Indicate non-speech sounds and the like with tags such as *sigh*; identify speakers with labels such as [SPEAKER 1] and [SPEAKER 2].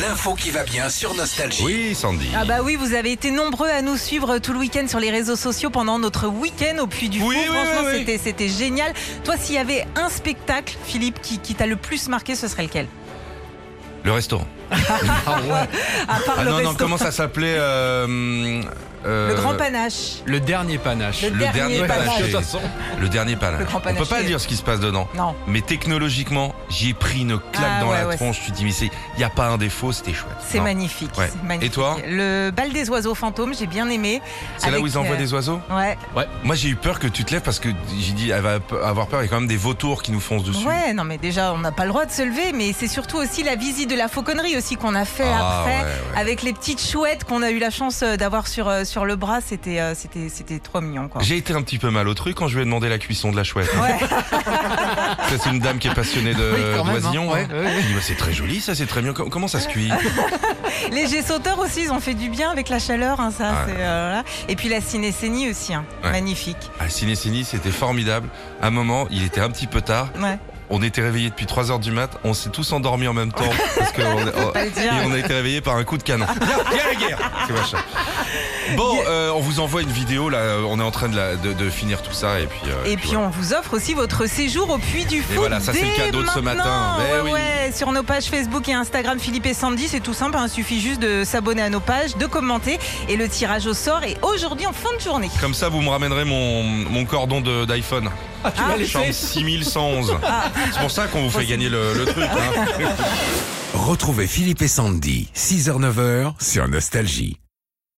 [SPEAKER 1] L'info qui va bien sur Nostalgie.
[SPEAKER 2] Oui, Sandy.
[SPEAKER 3] Ah bah oui, vous avez été nombreux à nous suivre tout le week-end sur les réseaux sociaux pendant notre week-end au Puy du Fou.
[SPEAKER 2] Oui, oui,
[SPEAKER 3] Franchement,
[SPEAKER 2] oui, oui.
[SPEAKER 3] c'était c'était génial. Toi, s'il y avait un spectacle, Philippe, qui, qui t'a le plus marqué, ce serait lequel
[SPEAKER 2] Le restaurant.
[SPEAKER 3] À part
[SPEAKER 2] Ah
[SPEAKER 3] le
[SPEAKER 2] non,
[SPEAKER 3] resto.
[SPEAKER 2] non, comment ça s'appelait euh, euh,
[SPEAKER 3] Le grand panache.
[SPEAKER 4] Le dernier panache. Ah,
[SPEAKER 3] Le-
[SPEAKER 2] Le
[SPEAKER 3] Dernier
[SPEAKER 2] dernier
[SPEAKER 3] panache.
[SPEAKER 2] panache.
[SPEAKER 4] De toute façon.
[SPEAKER 2] Le dernier panache.
[SPEAKER 3] Le grand
[SPEAKER 2] On peut pas
[SPEAKER 3] panaché.
[SPEAKER 2] dire ce qui se passe dedans.
[SPEAKER 3] Non.
[SPEAKER 2] Mais technologiquement, j'ai pris une claque
[SPEAKER 3] Ah,
[SPEAKER 2] dans
[SPEAKER 3] ouais,
[SPEAKER 2] la
[SPEAKER 3] ouais.
[SPEAKER 2] tronche. Tu te dis, mais c'est- il n'y a pas un défaut, c'était chouette.
[SPEAKER 3] C'est
[SPEAKER 2] Non.
[SPEAKER 3] magnifique,
[SPEAKER 2] Ouais.
[SPEAKER 3] c'est magnifique.
[SPEAKER 2] Et toi
[SPEAKER 3] Le bal des oiseaux fantômes, j'ai bien aimé.
[SPEAKER 2] C'est là
[SPEAKER 3] Avec,
[SPEAKER 2] où ils envoient
[SPEAKER 3] euh,
[SPEAKER 2] des oiseaux
[SPEAKER 3] Ouais,
[SPEAKER 2] Moi, j'ai eu peur que tu te lèves parce que j'ai dit, elle va avoir peur. Il y a quand même des vautours qui nous foncent dessus.
[SPEAKER 3] ouais, non mais déjà on n'a pas le droit de se lever, mais c'est surtout aussi la visite de la fauconnerie aussi qu'on a fait
[SPEAKER 2] Ah,
[SPEAKER 3] après,
[SPEAKER 2] ouais, ouais.
[SPEAKER 3] avec les petites chouettes qu'on a eu la chance euh, d'avoir sur, euh, sur le bras, c'était euh, c'était c'était trop mignon quoi.
[SPEAKER 2] J'ai été un petit peu mal au truc quand je lui ai demandé la cuisson de la chouette.
[SPEAKER 3] Ouais. *laughs*
[SPEAKER 2] Ça, c'est une dame qui est passionnée de
[SPEAKER 4] Oui, quand même, hein.
[SPEAKER 2] d'oisillons,
[SPEAKER 4] Ouais, ouais, ouais.
[SPEAKER 2] Elle dit, bah, c'est très joli, ça, c'est très bien. Com- Comment ça se cuit
[SPEAKER 3] Les jets sauteurs aussi, ils ont fait du bien avec la chaleur, hein, ça.
[SPEAKER 2] Ouais.
[SPEAKER 3] c'est, euh, voilà. Et puis la cinécénie aussi, hein.
[SPEAKER 2] Ouais.
[SPEAKER 3] magnifique.
[SPEAKER 2] À Ciné Ciné, c'était formidable. À un moment, il était un petit peu tard.
[SPEAKER 3] Ouais.
[SPEAKER 2] On était réveillés depuis 3 heures du mat. On s'est tous endormis en même
[SPEAKER 3] *laughs*
[SPEAKER 2] temps parce que on, on-
[SPEAKER 3] pas le dire.
[SPEAKER 2] et on a été réveillés par un coup de
[SPEAKER 3] *laughs*
[SPEAKER 2] canon. Viens, viens la guerre. C'est machin. Bon, euh, on vous envoie une vidéo là. On est en train de, la- de- de finir tout ça et puis. euh,
[SPEAKER 3] Et puis
[SPEAKER 2] voilà.
[SPEAKER 3] on vous offre aussi votre séjour au Puy du Fou.
[SPEAKER 2] voilà, ça, c'est le
[SPEAKER 3] dès
[SPEAKER 2] cadeau de ce
[SPEAKER 3] maintenant.
[SPEAKER 2] matin. Ben
[SPEAKER 3] Ouais,
[SPEAKER 2] oui.
[SPEAKER 3] ouais, sur nos pages Facebook et Instagram, Philippe et Sandy, c'est tout simple. hein, Il suffit juste de s'abonner à nos pages, de commenter. Et le tirage au sort est aujourd'hui en fin de journée.
[SPEAKER 2] Comme ça, vous me ramènerez mon, mon cordon de- d'iPhone.
[SPEAKER 4] Ah, tu l'as laissé
[SPEAKER 2] Chambre 6111.
[SPEAKER 3] Ah.
[SPEAKER 2] C'est pour ça qu'on vous fait gagner le, le truc. hein.
[SPEAKER 1] Retrouvez Philippe et Sandy, 6h-9h sur Nostalgie.